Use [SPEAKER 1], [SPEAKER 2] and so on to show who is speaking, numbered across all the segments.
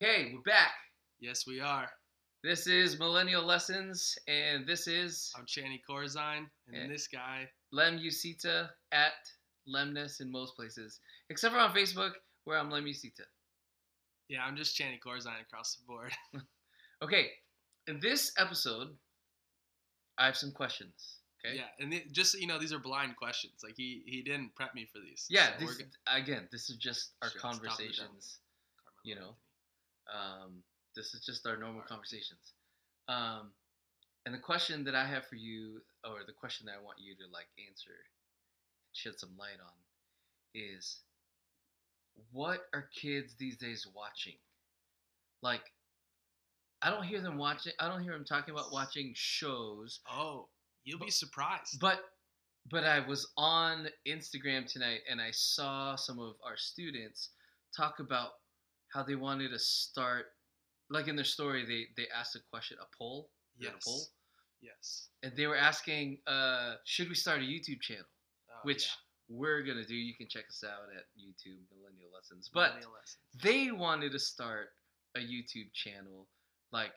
[SPEAKER 1] Hey, we're back.
[SPEAKER 2] Yes, we are.
[SPEAKER 1] This is Millennial Lessons, and this is
[SPEAKER 2] I'm Channy Corzine, and
[SPEAKER 1] Yeah.
[SPEAKER 2] this guy.
[SPEAKER 1] Lem Usita at Lemness in most places, except for on Facebook, where I'm Lem Usita.
[SPEAKER 2] Yeah, I'm just Channy Corzine across the board.
[SPEAKER 1] Okay, in this episode, I have some questions. Okay.
[SPEAKER 2] Yeah, and the- just so you know, these are blind questions. Like he he didn't prep me for these.
[SPEAKER 1] Yeah,
[SPEAKER 2] so
[SPEAKER 1] this,
[SPEAKER 2] we're gonna-
[SPEAKER 1] again, this is just our
[SPEAKER 2] Shit, it's top of the dome.
[SPEAKER 1] conversations.
[SPEAKER 2] Carmelo
[SPEAKER 1] you know.
[SPEAKER 2] Anthony.
[SPEAKER 1] Um, this is just our normal
[SPEAKER 2] Alright.
[SPEAKER 1] conversations. Um, and the question that I have for you, or the question that I want you to like answer, shed some light on, is what are kids these days watching? Like, I don't hear them watching. I don't hear them talking about watching shows.
[SPEAKER 2] Oh, you'll be surprised.
[SPEAKER 1] But but I was on Instagram tonight and I saw some of our students talk about how they wanted to start like in their story they they asked a question, a poll. They had a poll,
[SPEAKER 2] yes. Yes.
[SPEAKER 1] and they were asking uh should we start a YouTube channel?
[SPEAKER 2] Oh,
[SPEAKER 1] Which
[SPEAKER 2] yeah.
[SPEAKER 1] we're going to do. You can check us out at YouTube Millennial Lessons. But
[SPEAKER 2] Millennial lessons.
[SPEAKER 1] they wanted to start a YouTube channel like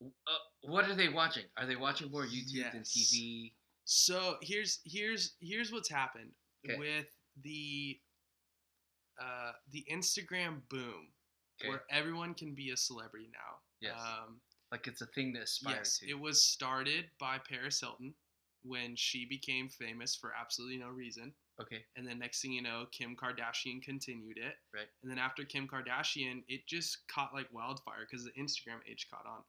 [SPEAKER 1] w- uh, what are they watching? Are they watching more YouTube than
[SPEAKER 2] Yes.
[SPEAKER 1] TV?
[SPEAKER 2] So here's here's here's what's happened
[SPEAKER 1] Okay.
[SPEAKER 2] with the uh, the Instagram boom,
[SPEAKER 1] Okay.
[SPEAKER 2] where everyone can be a celebrity now.
[SPEAKER 1] Yes.
[SPEAKER 2] Um,
[SPEAKER 1] Like it's a thing to aspire
[SPEAKER 2] yes,
[SPEAKER 1] to.
[SPEAKER 2] it was started by Paris Hilton when she became famous for absolutely no reason.
[SPEAKER 1] okay.
[SPEAKER 2] And then next thing you know, Kim Kardashian continued it.
[SPEAKER 1] Right.
[SPEAKER 2] And then after Kim Kardashian, it just caught like wildfire because the Instagram age caught on.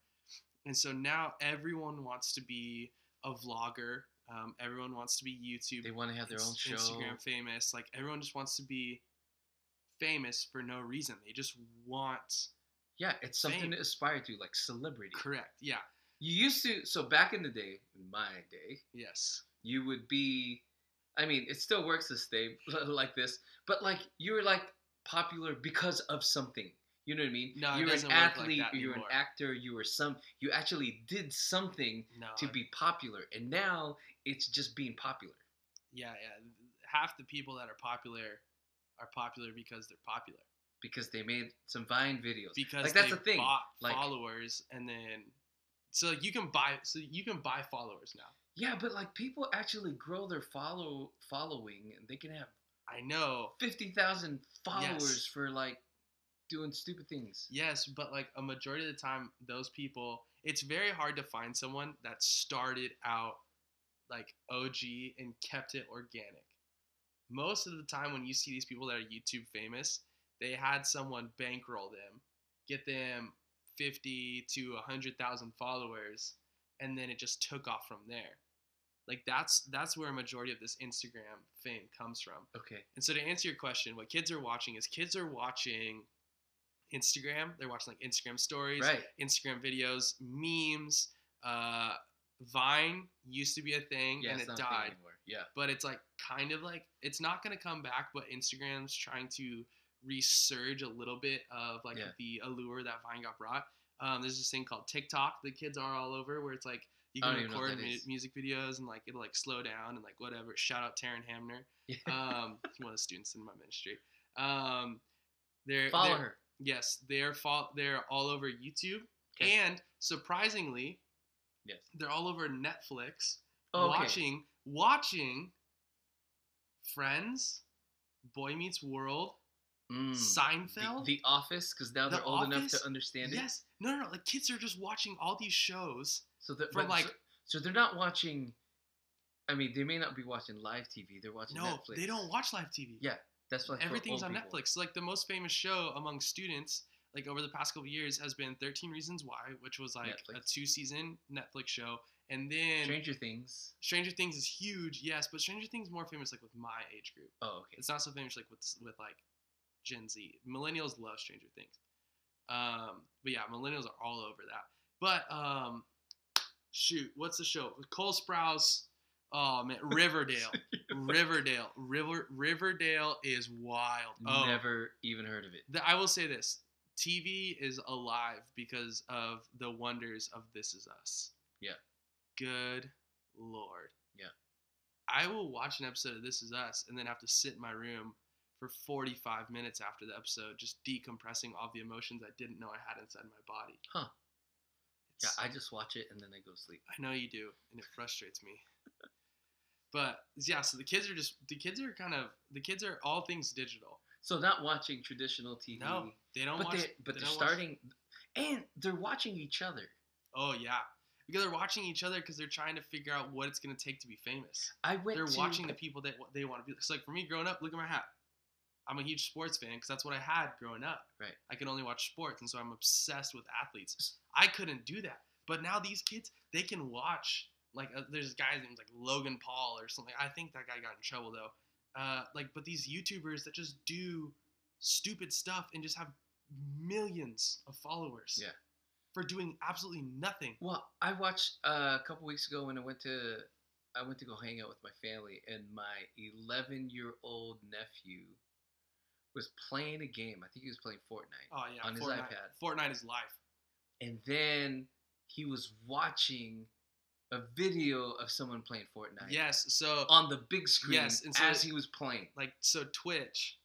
[SPEAKER 2] And so now everyone wants to be a vlogger. Um, everyone wants to be YouTube
[SPEAKER 1] They want to have their own
[SPEAKER 2] Inst-
[SPEAKER 1] show.
[SPEAKER 2] Instagram famous. Like everyone just wants to be famous for no reason. They just want
[SPEAKER 1] Yeah, it's something
[SPEAKER 2] Fame.
[SPEAKER 1] to aspire to, like celebrity.
[SPEAKER 2] correct. Yeah.
[SPEAKER 1] You used to so back in the day, in my day,
[SPEAKER 2] Yes.
[SPEAKER 1] you would be I mean, it still works this day like this, but like you were like popular because of something. You know what I mean?
[SPEAKER 2] No, it
[SPEAKER 1] you were
[SPEAKER 2] doesn't
[SPEAKER 1] an
[SPEAKER 2] work like
[SPEAKER 1] athlete,
[SPEAKER 2] that
[SPEAKER 1] or you were an
[SPEAKER 2] anymore.
[SPEAKER 1] actor, you were some you actually did something
[SPEAKER 2] No.
[SPEAKER 1] to be popular. And now it's just being popular.
[SPEAKER 2] yeah, yeah. Half the people that are popular are popular because they're popular.
[SPEAKER 1] Because they made some Vine videos.
[SPEAKER 2] Because
[SPEAKER 1] Like, that's
[SPEAKER 2] they
[SPEAKER 1] the thing,
[SPEAKER 2] bought
[SPEAKER 1] like-
[SPEAKER 2] followers and then so like, you can buy so you can buy followers now.
[SPEAKER 1] Yeah, but like people actually grow their follow following and they can have
[SPEAKER 2] I know.
[SPEAKER 1] fifty thousand followers
[SPEAKER 2] Yes.
[SPEAKER 1] for like doing stupid things.
[SPEAKER 2] Yes, but like a majority of the time those people it's very hard to find someone that started out like OG and kept it organic. Most of the time when you see these people that are YouTube famous, they had someone bankroll them, get them 50 to 100,000 followers and then it just took off from there. Like that's that's where a majority of this Instagram fame comes from.
[SPEAKER 1] Okay.
[SPEAKER 2] And so to answer your question, what kids are watching is kids are watching Instagram. They're watching like Instagram stories,
[SPEAKER 1] Right.
[SPEAKER 2] Instagram videos, memes. Uh, Vine used to be a thing
[SPEAKER 1] Yeah,
[SPEAKER 2] and
[SPEAKER 1] it's not
[SPEAKER 2] it
[SPEAKER 1] a
[SPEAKER 2] died, Uh,
[SPEAKER 1] thing anymore. Yeah.
[SPEAKER 2] but it's like kind of like it's not gonna come back. But Instagram's trying to resurge a little bit of like
[SPEAKER 1] Yeah.
[SPEAKER 2] the allure that Vine got brought. Um, there's this thing called TikTok. The kids are all over where it's like you
[SPEAKER 1] I
[SPEAKER 2] can
[SPEAKER 1] don't even know what
[SPEAKER 2] record
[SPEAKER 1] that
[SPEAKER 2] mu-
[SPEAKER 1] is.
[SPEAKER 2] music videos and like it'll like slow down and like whatever. Shout out Taryn Hamner um, one of the students in my ministry. Um, they're
[SPEAKER 1] Follow
[SPEAKER 2] they're-
[SPEAKER 1] her.
[SPEAKER 2] Yes, they're fol- they're all over YouTube,
[SPEAKER 1] 'Kay.
[SPEAKER 2] and surprisingly,
[SPEAKER 1] Yes.
[SPEAKER 2] they're all over Netflix.
[SPEAKER 1] Oh, okay.
[SPEAKER 2] Watching watching Friends, Boy Meets World,
[SPEAKER 1] Mm. The,
[SPEAKER 2] Seinfeld.
[SPEAKER 1] The Office, because now
[SPEAKER 2] The
[SPEAKER 1] they're old enough
[SPEAKER 2] Office?
[SPEAKER 1] to understand it.
[SPEAKER 2] yes, no, no, no. Like kids are just watching all these shows.
[SPEAKER 1] So that
[SPEAKER 2] For,
[SPEAKER 1] but
[SPEAKER 2] like-
[SPEAKER 1] so, so they're not watching. I mean, they may not be watching live TV. They're watching
[SPEAKER 2] No,
[SPEAKER 1] Netflix.
[SPEAKER 2] they don't watch live TV.
[SPEAKER 1] Yeah, that's like for
[SPEAKER 2] everything's
[SPEAKER 1] old
[SPEAKER 2] on
[SPEAKER 1] people.
[SPEAKER 2] Netflix. Like the most famous show among students, like over the past couple years, has been Thirteen Reasons Why, which was like a
[SPEAKER 1] Netflix.
[SPEAKER 2] two-season Netflix show, and then Stranger-,
[SPEAKER 1] Stranger Things.
[SPEAKER 2] Things is huge, yes, but Stranger Things more famous like with my age group.
[SPEAKER 1] Oh, okay.
[SPEAKER 2] It's not so famous like with with like Gen Z. Millennials love Stranger Things, um, but yeah, millennials are all over that. But um, shoot, what's the show? Cole Sprouse. Oh man, Riverdale, Riverdale, River, Riverdale is wild. Oh,
[SPEAKER 1] Never even heard of it.
[SPEAKER 2] the, I will say this: TV is alive because of the wonders of This Is Us.
[SPEAKER 1] Yeah.
[SPEAKER 2] Good lord.
[SPEAKER 1] Yeah.
[SPEAKER 2] I will watch an episode of This Is Us and then have to sit in my room for 45 minutes after the episode, just decompressing all the emotions I didn't know I had inside my body.
[SPEAKER 1] Huh. Yeah,
[SPEAKER 2] It's-
[SPEAKER 1] I just watch it and then I go to sleep.
[SPEAKER 2] I know you do, and it frustrates me. but yeah, so the kids are just the kids are kind of the kids are all things digital.
[SPEAKER 1] So not watching traditional TV.
[SPEAKER 2] No, they don't
[SPEAKER 1] but
[SPEAKER 2] watch.
[SPEAKER 1] they but
[SPEAKER 2] they
[SPEAKER 1] they're
[SPEAKER 2] don't watch-
[SPEAKER 1] starting, and they're watching each other.
[SPEAKER 2] oh yeah, because they're watching each other because they're trying to figure out what it's going to take to be famous.
[SPEAKER 1] I went.
[SPEAKER 2] They're
[SPEAKER 1] to-
[SPEAKER 2] watching the people that what they want to be. It's like for me growing up, look at my hat. I'm a huge sports fan because that's what I had growing up.
[SPEAKER 1] Right.
[SPEAKER 2] I could only watch sports, and so I'm obsessed with athletes. I couldn't do that, but now these kids they can watch. Like uh, there's this guy's name's like Logan Paul or something. I think that guy got in trouble though. Uh, like, but these YouTubers that just do stupid stuff and just have millions of followers.
[SPEAKER 1] Yeah.
[SPEAKER 2] For doing absolutely nothing.
[SPEAKER 1] Well, I watched uh, a couple weeks ago when I went to I went to go hang out with my family, and my 11 year old nephew was playing a game. I think he was playing Fortnite,
[SPEAKER 2] Oh yeah.
[SPEAKER 1] On his
[SPEAKER 2] Fortnite.
[SPEAKER 1] iPad.
[SPEAKER 2] Fortnite is life.
[SPEAKER 1] and then he was watching a video of someone playing Fortnite.
[SPEAKER 2] Yes. So
[SPEAKER 1] On the big screen
[SPEAKER 2] Yes, and so-
[SPEAKER 1] as he was playing.
[SPEAKER 2] like so Twitch.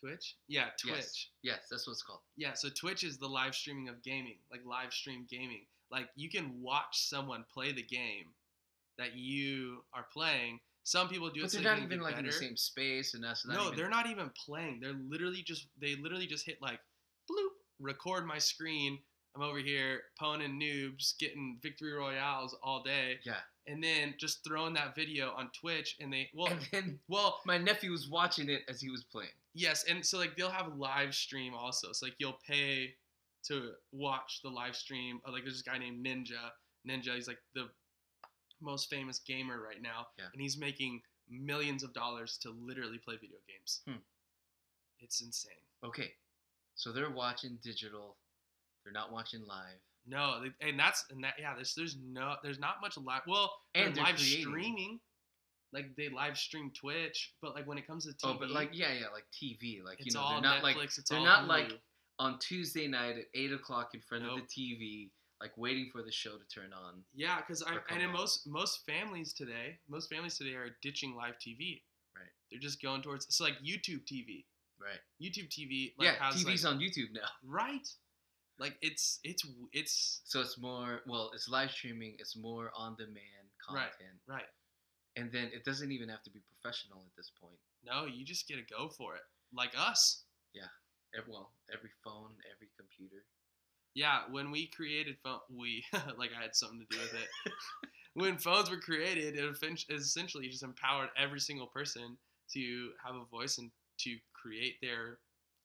[SPEAKER 2] Twitch? Yeah, Twitch.
[SPEAKER 1] Yes. Yes, that's what it's called.
[SPEAKER 2] Yeah, so Twitch is the live streaming of gaming, like live stream gaming. Like you can watch someone play the game that you are playing. Some people do it
[SPEAKER 1] but
[SPEAKER 2] so
[SPEAKER 1] they're
[SPEAKER 2] they
[SPEAKER 1] not
[SPEAKER 2] can
[SPEAKER 1] even
[SPEAKER 2] get
[SPEAKER 1] like in the
[SPEAKER 2] better.
[SPEAKER 1] same space, and that's not
[SPEAKER 2] no,
[SPEAKER 1] even-
[SPEAKER 2] they're not even playing. They're literally just they literally just hit like bloop, record my screen. I'm over here poning noobs, getting victory royales all day,
[SPEAKER 1] Yeah,
[SPEAKER 2] and then just throwing that video on Twitch and they well
[SPEAKER 1] and then
[SPEAKER 2] well
[SPEAKER 1] my nephew was watching it as he was playing.
[SPEAKER 2] Yes, and so like they'll have live stream also. So like you'll pay to watch the live stream. Of, like there's this guy named Ninja. Ninja, he's like the most famous gamer right now,
[SPEAKER 1] Yeah.
[SPEAKER 2] and he's making millions of dollars to literally play video games.
[SPEAKER 1] Hmm.
[SPEAKER 2] It's insane.
[SPEAKER 1] Okay, so they're watching digital. They're not watching live.
[SPEAKER 2] No, they- and that's and that yeah. There's there's no there's not much live. Well,
[SPEAKER 1] And
[SPEAKER 2] they're
[SPEAKER 1] they're
[SPEAKER 2] live
[SPEAKER 1] creating.
[SPEAKER 2] streaming, like they live stream Twitch, but like when it comes to TV,
[SPEAKER 1] Oh, but like yeah, yeah, like TV. Like
[SPEAKER 2] it's
[SPEAKER 1] you know,
[SPEAKER 2] all
[SPEAKER 1] they're not
[SPEAKER 2] Netflix.
[SPEAKER 1] like
[SPEAKER 2] it's
[SPEAKER 1] they're
[SPEAKER 2] all
[SPEAKER 1] not, like,
[SPEAKER 2] Hulu.
[SPEAKER 1] on Tuesday night at eight o'clock in front of
[SPEAKER 2] Nope.
[SPEAKER 1] the TV, like waiting for the show to turn on.
[SPEAKER 2] Yeah, because I
[SPEAKER 1] Or come
[SPEAKER 2] and in
[SPEAKER 1] out.
[SPEAKER 2] most most families today, most families today are ditching live TV.
[SPEAKER 1] Right.
[SPEAKER 2] They're just going towards so like YouTube TV.
[SPEAKER 1] Right.
[SPEAKER 2] YouTube TV like
[SPEAKER 1] yeah,
[SPEAKER 2] has
[SPEAKER 1] TV's
[SPEAKER 2] like,
[SPEAKER 1] on YouTube now,
[SPEAKER 2] right. Like it's it's it's
[SPEAKER 1] so it's more. Well, it's live streaming. It's more on demand
[SPEAKER 2] Right.
[SPEAKER 1] content,
[SPEAKER 2] right.
[SPEAKER 1] and then it doesn't even have to be professional at this point.
[SPEAKER 2] No, you just get to go for it. Like us.
[SPEAKER 1] Ev- Eh, Well, every phone, every computer.
[SPEAKER 2] Yeah, when we created phone, we like I had something to do with it. when phones were created, it effen- it essentially just empowered every single person to have a voice and to create their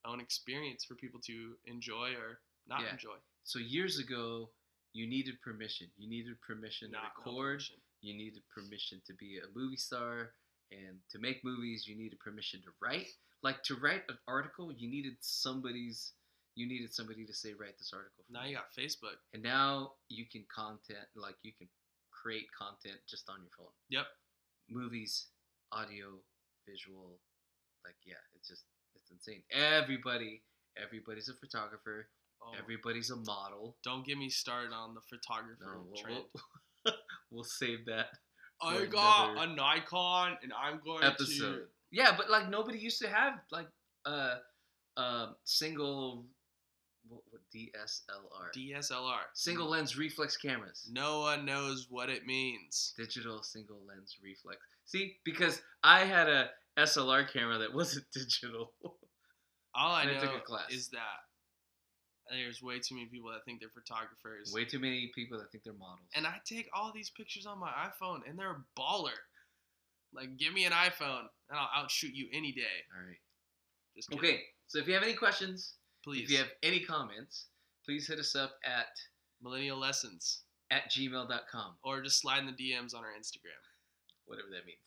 [SPEAKER 2] own experience for people to enjoy or not
[SPEAKER 1] Yeah.
[SPEAKER 2] enjoy.
[SPEAKER 1] So years ago, you needed permission. You needed permission
[SPEAKER 2] Not-
[SPEAKER 1] to
[SPEAKER 2] not
[SPEAKER 1] record.
[SPEAKER 2] permission.
[SPEAKER 1] you needed permission to be a movie star and to make movies you needed permission to write like to write an article you needed somebody's you needed somebody to say write this article for
[SPEAKER 2] Now
[SPEAKER 1] me."
[SPEAKER 2] you got Facebook.
[SPEAKER 1] and now you can content like you can create content just on your phone
[SPEAKER 2] Yep.
[SPEAKER 1] movies audio visual like yeah it's just it's insane everybody everybody's a photographer
[SPEAKER 2] Oh,
[SPEAKER 1] everybody's a model
[SPEAKER 2] don't get me started on the photographer
[SPEAKER 1] no,
[SPEAKER 2] trend.
[SPEAKER 1] we'll, we'll save that
[SPEAKER 2] I
[SPEAKER 1] we'll-
[SPEAKER 2] got
[SPEAKER 1] another-
[SPEAKER 2] a Nikon, and I'm going
[SPEAKER 1] episode.
[SPEAKER 2] to.
[SPEAKER 1] Yeah, but like nobody used to have like uh um single what, what DSLR
[SPEAKER 2] DSLR.
[SPEAKER 1] single lens reflex cameras.
[SPEAKER 2] No one knows what it means.
[SPEAKER 1] Digital single lens reflex. See, because I had a SLR camera that wasn't digital.
[SPEAKER 2] All I
[SPEAKER 1] And I took
[SPEAKER 2] know
[SPEAKER 1] a class.
[SPEAKER 2] is that there's way too many people that think they're photographers.
[SPEAKER 1] Way too many people that think they're models.
[SPEAKER 2] And I take all these pictures on my iPhone, and they're baller. Like, give me an iPhone, and I'll outshoot you any day.
[SPEAKER 1] all right.
[SPEAKER 2] Just kidding.
[SPEAKER 1] Okay, so if you have any questions,
[SPEAKER 2] Please.
[SPEAKER 1] if you have any comments, please hit us up at
[SPEAKER 2] Millennial lessons,
[SPEAKER 1] at gmail.com,
[SPEAKER 2] or just slide in the DMs on our Instagram.
[SPEAKER 1] whatever that means.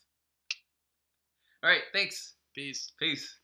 [SPEAKER 1] All right, thanks.
[SPEAKER 2] Peace.
[SPEAKER 1] Peace.